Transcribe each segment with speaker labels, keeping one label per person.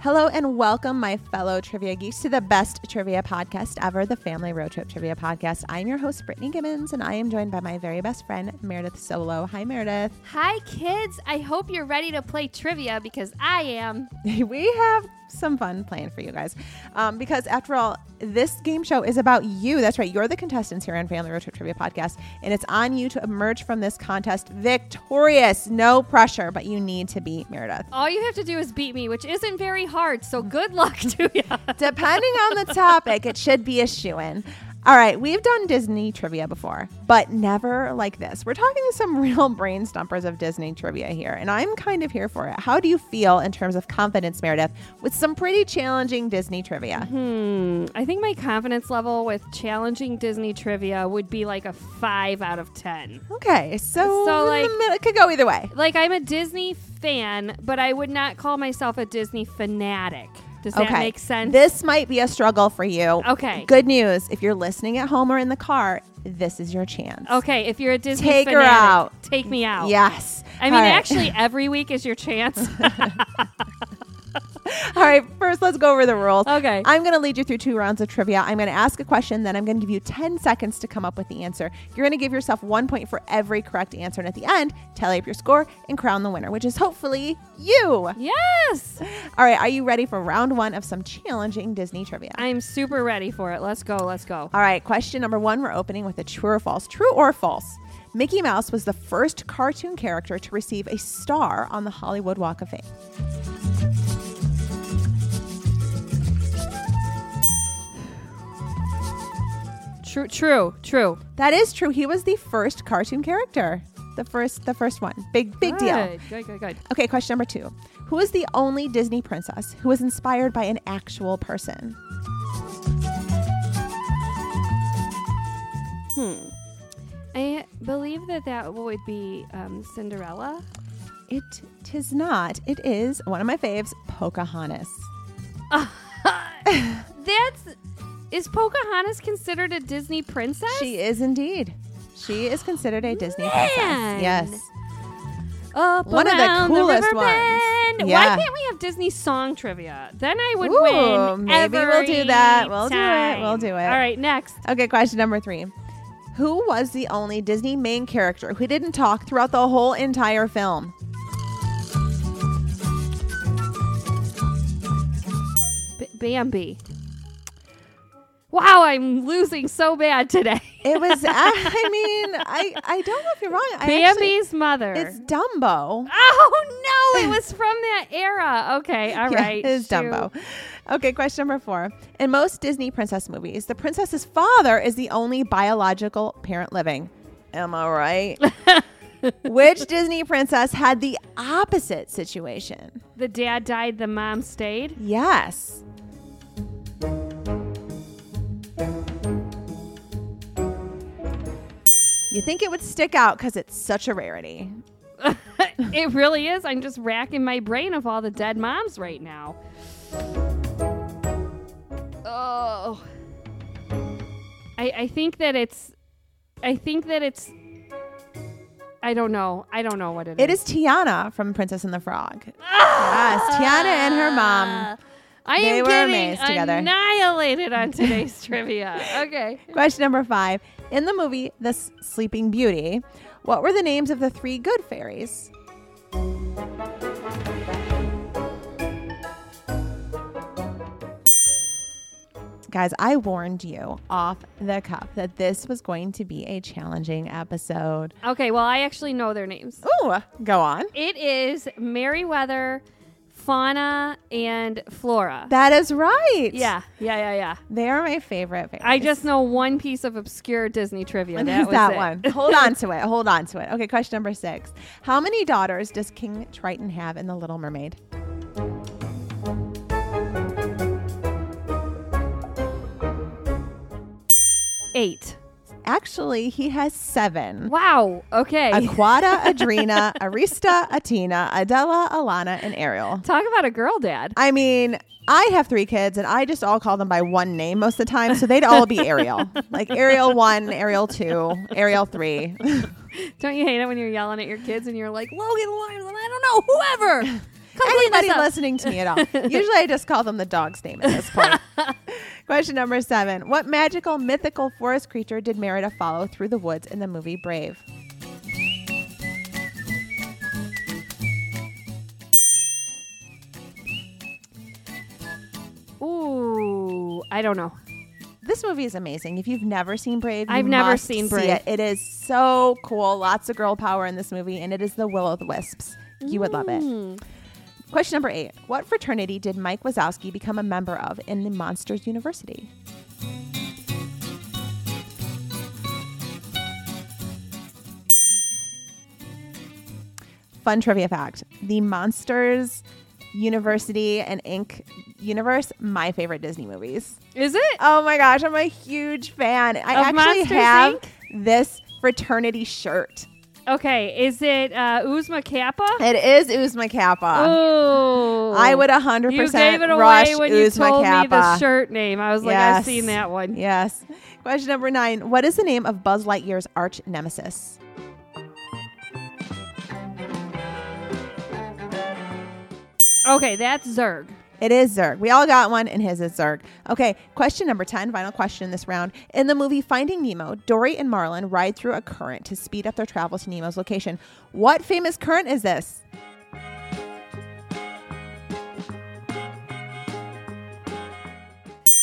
Speaker 1: Hello and welcome, my fellow trivia geeks, to the best trivia podcast ever, the Family Road Trip Trivia Podcast. I'm your host, Brittany Gibbons, and I am joined by my very best friend, Meredith Solo. Hi, Meredith.
Speaker 2: Hi, kids. I hope you're ready to play trivia because I am.
Speaker 1: we have some fun planned for you guys um, because, after all, this game show is about you. That's right. You're the contestants here on Family Road Trip Trivia Podcast, and it's on you to emerge from this contest victorious. No pressure, but you need to beat Meredith.
Speaker 2: All you have to do is beat me, which isn't very hard. So good luck to you.
Speaker 1: Depending on the topic, it should be a shoe in. All right, we've done Disney trivia before, but never like this. We're talking to some real brain stumpers of Disney trivia here, and I'm kind of here for it. How do you feel in terms of confidence, Meredith, with some pretty challenging Disney trivia?
Speaker 2: Hmm. I think my confidence level with challenging Disney trivia would be like a five out of 10.
Speaker 1: Okay, so,
Speaker 2: So,
Speaker 1: in the
Speaker 2: like-
Speaker 1: middle- it could go either way.
Speaker 2: Like, I'm a Disney fan, but I would not call myself a Disney fanatic. Does that
Speaker 1: okay.
Speaker 2: make sense?
Speaker 1: This might be a struggle for you.
Speaker 2: Okay.
Speaker 1: Good news if you're listening at home or in the car, this is your chance.
Speaker 2: okay, if you're a Disney
Speaker 1: Take her
Speaker 2: fanatic,
Speaker 1: out.
Speaker 2: take me out.
Speaker 1: Yes.
Speaker 2: I mean,
Speaker 1: All right.
Speaker 2: actually, every week is your chance.
Speaker 1: All right, first let's go over the rules.
Speaker 2: Okay.
Speaker 1: I'm going to lead you through two rounds of trivia. I'm going to ask a question, then I'm going to give you 10 seconds to come up with the answer. You're going to give yourself one point for every correct answer. And at the end, tally up your score and crown the winner, which is hopefully you.
Speaker 2: yes.
Speaker 1: All right, are you ready for round one of some challenging Disney trivia?
Speaker 2: I'm super ready for it. Let's go. Let's go.
Speaker 1: All right, question number one we're opening with a true or false. True or false? Mickey Mouse was the first cartoon character to receive a star on the Hollywood Walk of Fame.
Speaker 2: True, true, true.
Speaker 1: That is true. He was the first cartoon character. The first the first one. Big big deal.
Speaker 2: Good, good, good, good.
Speaker 1: Okay, question number 2. Who is the only Disney princess who was inspired by an actual person?
Speaker 2: I believe that that would be um, Cinderella.
Speaker 1: It tis not. It is one of my faves, Pocahontas.
Speaker 2: That's is Pocahontas considered a Disney princess?
Speaker 1: She is indeed. She is considered a Disney princess.
Speaker 2: Man.
Speaker 1: Yes.
Speaker 2: Up
Speaker 1: one of the
Speaker 2: around
Speaker 1: coolest
Speaker 2: river
Speaker 1: ones.
Speaker 2: bend.
Speaker 1: Yeah.
Speaker 2: Why can't we have Disney song trivia? Then I would
Speaker 1: Ooh,
Speaker 2: win.
Speaker 1: maybe we'll do
Speaker 2: every
Speaker 1: that. We'll do it.
Speaker 2: time.
Speaker 1: We'll do it.
Speaker 2: All right, next.
Speaker 1: Okay, question number 3. Who was the only Disney main character who didn't talk throughout the whole entire film?
Speaker 2: B- Bambi. Wow, I'm losing so bad today.
Speaker 1: It was. I mean, I I don't know if you're wrong. I actually-
Speaker 2: Bambi's mother.
Speaker 1: it's Dumbo.
Speaker 2: oh no, it was from that era. Okay, all right.
Speaker 1: Yeah, it's
Speaker 2: shoot.
Speaker 1: Dumbo. Okay, question number four. In most Disney princess movies, the princess's father is the only biological parent living. Am I right? Which Disney princess had the opposite situation?
Speaker 2: The dad died, the mom stayed.
Speaker 1: Yes. You think it would stick out because it's such a rarity.
Speaker 2: it really is. I'm just racking my brain of all the dead moms right now. Oh. I, I think that it's. I think that it's. I don't know. I don't know what
Speaker 1: It is Tiana from Princess and the Frog. yes, Tiana and her mom.
Speaker 2: I
Speaker 1: they
Speaker 2: am
Speaker 1: were
Speaker 2: getting
Speaker 1: amazed together.
Speaker 2: annihilated on today's trivia. Okay.
Speaker 1: Question number five. In the movie The S- Sleeping Beauty, what were the names of the three good fairies? Guys, I warned you off the cuff that this was going to be a challenging episode.
Speaker 2: Okay. Well, I actually know their names.
Speaker 1: Ooh, go on.
Speaker 2: It is Meriwether, fauna and flora.
Speaker 1: That is right.
Speaker 2: yeah, yeah, yeah, yeah.
Speaker 1: They are my favorite. Fairies.
Speaker 2: I just know one piece of obscure Disney trivia.
Speaker 1: And
Speaker 2: That
Speaker 1: that, that
Speaker 2: was it.
Speaker 1: one. Hold on to it. Hold on to it. Okay, question number six. How many daughters does King Triton have in The Little Mermaid?
Speaker 2: Eight.
Speaker 1: Actually, he has seven.
Speaker 2: Wow. Okay.
Speaker 1: Aquata, Adrena, Arista, Atina, Adela, Alana, and Ariel.
Speaker 2: Talk about a girl dad.
Speaker 1: I mean, I have three kids and I just all call them by one name most of the time. So they'd all be Ariel. Like Ariel 1, Ariel 2, Ariel 3.
Speaker 2: Don't you hate it when you're yelling at your kids and you're like, Logan Lyman, I don't know, whoever. Come clean
Speaker 1: Anybody
Speaker 2: this up.
Speaker 1: listening to me at all. Usually I just call them the dog's name at this point. Question number seven What magical, mythical forest creature did Merida follow through the woods in the movie Brave?
Speaker 2: Ooh, I don't know.
Speaker 1: This movie is amazing. If you've never seen Brave, you
Speaker 2: I've never
Speaker 1: must
Speaker 2: seen
Speaker 1: see
Speaker 2: Brave.
Speaker 1: It. it is so cool. Lots of girl power in this movie, and it is the Will o' the Wisps. You would love
Speaker 2: Mm.
Speaker 1: it. Question number eight What fraternity did Mike Wazowski become a member of in the Monsters University? Fun trivia fact The Monsters University and Inc. universe, my favorite Disney movies.
Speaker 2: Is it?
Speaker 1: Oh my gosh, I'm a huge fan. I
Speaker 2: Of
Speaker 1: actually
Speaker 2: Monsters,
Speaker 1: have
Speaker 2: Inc?
Speaker 1: this fraternity shirt.
Speaker 2: Okay. Is it uh, Uzma Kappa?
Speaker 1: It is Uzma Kappa.
Speaker 2: Ooh.
Speaker 1: I would 100%
Speaker 2: You gave it
Speaker 1: rush
Speaker 2: away when you
Speaker 1: Uzma
Speaker 2: told
Speaker 1: Kappa.
Speaker 2: me the shirt name. I was like, I've
Speaker 1: Yes.
Speaker 2: seen that one.
Speaker 1: Yes. Question number nine. What is the name of Buzz Lightyear's arch nemesis?
Speaker 2: Okay, that's Zerg.
Speaker 1: It is Zurg. We all got one, and his is Zurg. Okay, question number 10, final question this round. In the movie Finding Nemo, Dory and Marlin ride through a current to speed up their travel to Nemo's location. What famous current is this?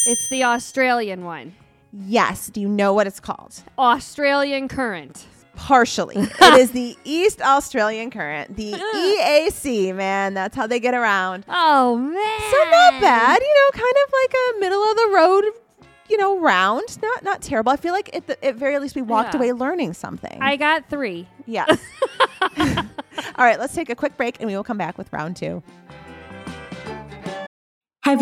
Speaker 2: It's the Australian one.
Speaker 1: Yes. Do you know what it's called?
Speaker 2: Australian Current.
Speaker 1: Partially. it is the East Australian Current, the EAC, man. That's how they get around.
Speaker 2: Oh man.
Speaker 1: So not bad, you know, kind of like a middle of the road, you know, round. Not not terrible. I feel like at the at very least we walked
Speaker 2: Yeah.
Speaker 1: away learning something.
Speaker 2: I got three.
Speaker 1: yes. All right, let's take a quick break and we will come back with round two.
Speaker 3: Have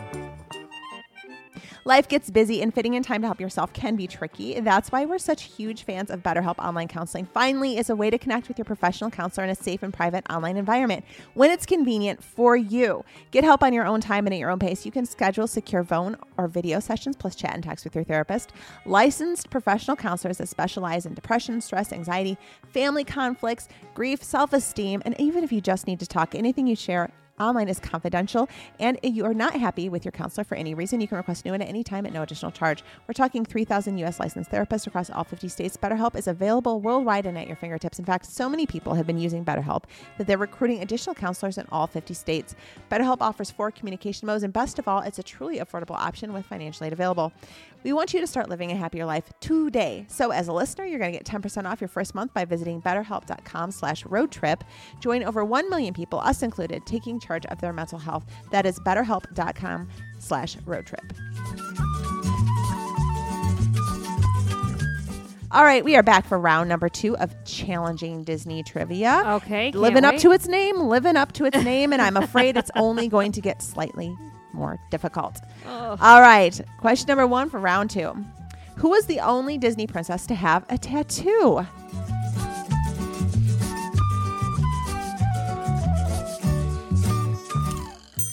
Speaker 1: Life gets busy, and fitting in time to help yourself can be tricky. That's why we're such huge fans of BetterHelp Online Counseling. Finally, is a way to connect with your professional counselor in a safe and private online environment when it's convenient for you. Get help on your own time and at your own pace. You can schedule secure phone or video sessions, plus chat and text with your therapist. Licensed professional counselors that specialize in depression, stress, anxiety, family conflicts, grief, self esteem, and even if you just need to talk, anything you share Online is confidential. And if you are not happy with your counselor for any reason, you can request new one at any time at no additional charge. We're talking 3,000 U.S. licensed therapists across all 50 states. BetterHelp is available worldwide and at your fingertips. In fact, so many people have been using BetterHelp that they're recruiting additional counselors in all 50 states. BetterHelp offers four communication modes, and best of all, it's a truly affordable option with financial aid available. We want you to start living a happier life today. So as a listener, you're going to get 10% off your first month by visiting betterhelp.com slash road trip. Join over 1 million people, us included, taking charge of their mental health. That is betterhelp.com slash road trip. All right, we are back for round number two of challenging Disney trivia.
Speaker 2: Okay. can't
Speaker 1: living up
Speaker 2: wait.
Speaker 1: to its name, living up to its name, and I'm afraid it's only going to get slightly more difficult.
Speaker 2: Oh.
Speaker 1: All right, question number one for round two. Who was the only Disney princess to have a tattoo?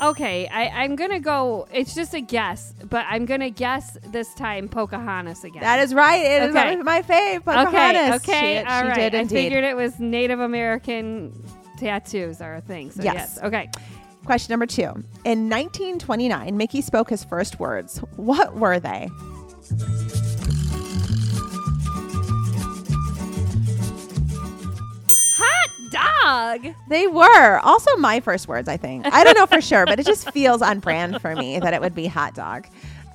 Speaker 2: Okay, I, I'm gonna go. It's just a guess, but I'm gonna guess this time Pocahontas again.
Speaker 1: That is right. It is
Speaker 2: Okay.
Speaker 1: my fave,
Speaker 2: okay.
Speaker 1: Pocahontas.
Speaker 2: Okay,
Speaker 1: she,
Speaker 2: all
Speaker 1: she
Speaker 2: right.
Speaker 1: did
Speaker 2: I
Speaker 1: indeed.
Speaker 2: figured it was Native American tattoos are a thing. So
Speaker 1: Yes.
Speaker 2: yes. Okay.
Speaker 1: Question number two. In 1929, Mickey spoke his first words. What were they?
Speaker 2: Hot dog.
Speaker 1: They were also my first words, I think. I don't know for sure, but it just feels on brand for me that it would be hot dog.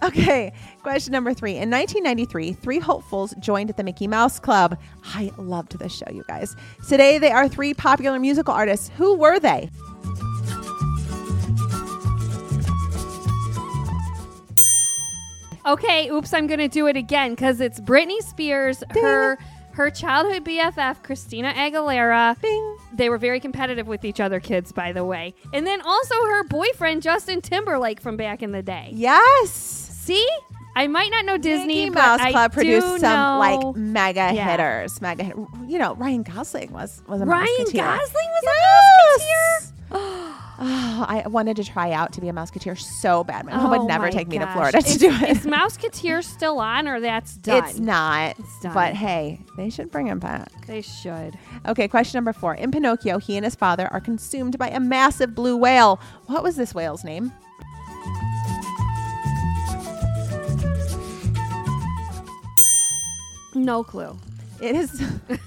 Speaker 1: Okay, question number three. In 1993, three hopefuls joined the Mickey Mouse Club. I loved this show, you guys. Today, they are three popular musical artists. Who were they?
Speaker 2: Okay. Oops, I'm gonna do it again because it's Britney Spears, her her childhood BFF Christina Aguilera.
Speaker 1: Bing.
Speaker 2: They were very competitive with each other, kids, by the way. And then also her boyfriend Justin Timberlake from back in the day.
Speaker 1: Yes.
Speaker 2: See, I might not know Disney,
Speaker 1: Mickey
Speaker 2: but
Speaker 1: Mouse
Speaker 2: I
Speaker 1: Club
Speaker 2: do
Speaker 1: produced some
Speaker 2: know
Speaker 1: like mega
Speaker 2: Yeah.
Speaker 1: hitters. Mega, hit- you know, Ryan Gosling was was a
Speaker 2: Ryan
Speaker 1: Mouseketeer.
Speaker 2: Gosling was
Speaker 1: yes. Oh, I wanted to try out to be a Mouseketeer so bad. My mom
Speaker 2: Oh
Speaker 1: would never
Speaker 2: my
Speaker 1: take me to
Speaker 2: gosh.
Speaker 1: Florida to
Speaker 2: Is-
Speaker 1: do it.
Speaker 2: Is Mouseketeer still on, or that's done?
Speaker 1: It's not.
Speaker 2: done.
Speaker 1: But hey, they should bring him back.
Speaker 2: They should.
Speaker 1: Okay, question number four. In Pinocchio, he and his father are consumed by a massive blue whale. What was this whale's name?
Speaker 2: No clue.
Speaker 1: It is.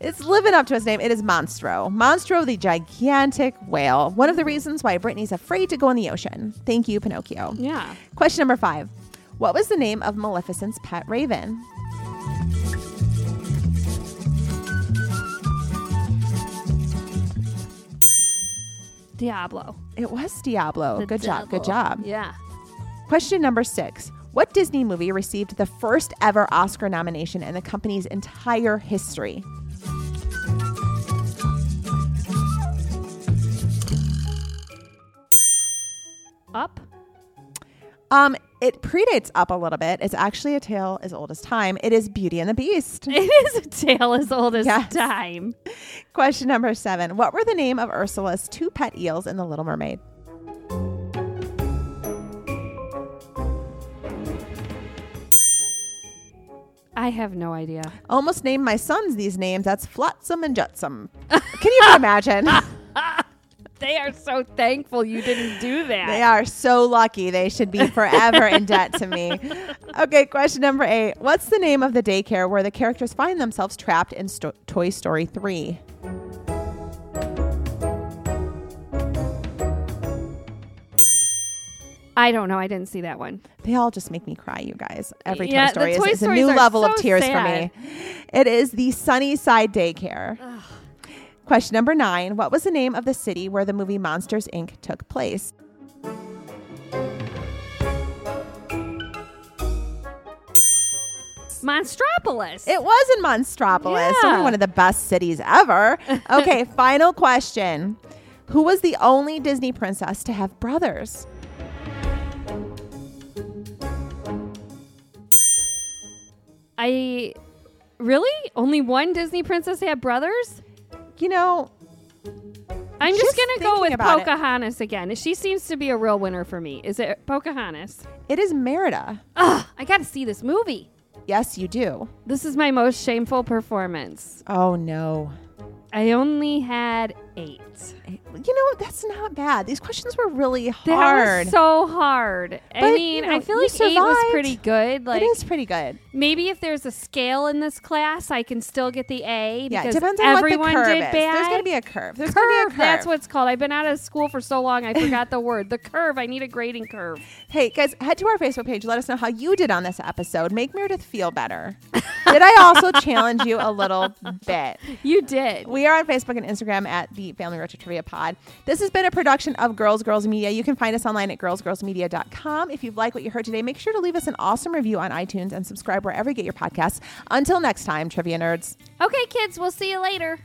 Speaker 1: it's living up to his name. It is Monstro. Monstro, the gigantic whale. One of the reasons why Britney's afraid to go in the ocean. Thank you, Pinocchio.
Speaker 2: Yeah.
Speaker 1: Question number five. What was the name of Maleficent's pet raven?
Speaker 2: Diablo.
Speaker 1: It was Diablo.
Speaker 2: The
Speaker 1: good job. Good
Speaker 2: devil.
Speaker 1: job.
Speaker 2: Yeah.
Speaker 1: Question number six. What Disney movie received the first ever Oscar nomination in the company's entire history?
Speaker 2: Up.
Speaker 1: Um, it predates up a little bit. It's actually a tale as old as time. It is Beauty and the Beast.
Speaker 2: It is a tale as old as
Speaker 1: Yes.
Speaker 2: time.
Speaker 1: Question number seven. What were the name of Ursula's two pet eels in The Little Mermaid?
Speaker 2: I have no idea.
Speaker 1: Almost named my sons these names. That's Flotsam and Jetsam. Can you even imagine?
Speaker 2: They are so thankful you didn't do that.
Speaker 1: They are so lucky. They should be forever in debt to me. Okay, question number eight. What's the name of the daycare where the characters find themselves trapped in Sto- Toy Story 3?
Speaker 2: I don't know. I didn't see that one.
Speaker 1: They all just make me cry, you guys. Every Toy
Speaker 2: Yeah, the
Speaker 1: Story is,
Speaker 2: Toy
Speaker 1: is a
Speaker 2: Stories
Speaker 1: new
Speaker 2: are
Speaker 1: level of
Speaker 2: so
Speaker 1: tears
Speaker 2: sad.
Speaker 1: for me. It is the Sunnyside Daycare. Question number nine. What was the name of the city where the movie Monsters, Inc. took place?
Speaker 2: Monstropolis.
Speaker 1: It was in Monstropolis,
Speaker 2: Yeah.
Speaker 1: one of the best cities ever. Okay, final question. Who was the only Disney princess to have brothers?
Speaker 2: I really only one Disney princess had brothers.
Speaker 1: You know,
Speaker 2: I'm just,
Speaker 1: Just
Speaker 2: gonna
Speaker 1: thinking
Speaker 2: go with
Speaker 1: about it.
Speaker 2: Pocahontas again. She seems to be a real winner for me. Is it Pocahontas?
Speaker 1: it is Merida.
Speaker 2: Ugh, I gotta see this movie.
Speaker 1: Yes, you do.
Speaker 2: This is my most shameful performance.
Speaker 1: Oh no.
Speaker 2: I only had eight.
Speaker 1: You know, that's not bad. These questions were really
Speaker 2: That
Speaker 1: hard.
Speaker 2: was so hard.
Speaker 1: But,
Speaker 2: I
Speaker 1: you
Speaker 2: mean,
Speaker 1: know,
Speaker 2: I feel
Speaker 1: you
Speaker 2: like eight was
Speaker 1: survived.
Speaker 2: pretty good. Like
Speaker 1: it is pretty good.
Speaker 2: maybe if there's a scale in this class, I can still get the A
Speaker 1: Yeah,
Speaker 2: because
Speaker 1: it depends on what the
Speaker 2: everyone
Speaker 1: curve
Speaker 2: did
Speaker 1: is.
Speaker 2: bad.
Speaker 1: There's going to be a curve. There's going to
Speaker 2: curve.
Speaker 1: be a curve.
Speaker 2: That's what it's called. I've been out of school for so long, I forgot the word. The curve. I need a grading curve.
Speaker 1: Hey, guys, head to our Facebook page. Let us know how you did on this episode. Make Meredith feel better. did I also challenge you a little bit?
Speaker 2: You did.
Speaker 1: We are on Facebook and Instagram at the Family Retro Trivia Pod. This has been a production of Girls Girls Media. You can find us online at girlsgirlsmedia.com. If you like what you heard today, make sure to leave us an awesome review on iTunes and subscribe wherever you get your podcasts. Until next time, trivia nerds.
Speaker 2: Okay, kids, we'll see you later.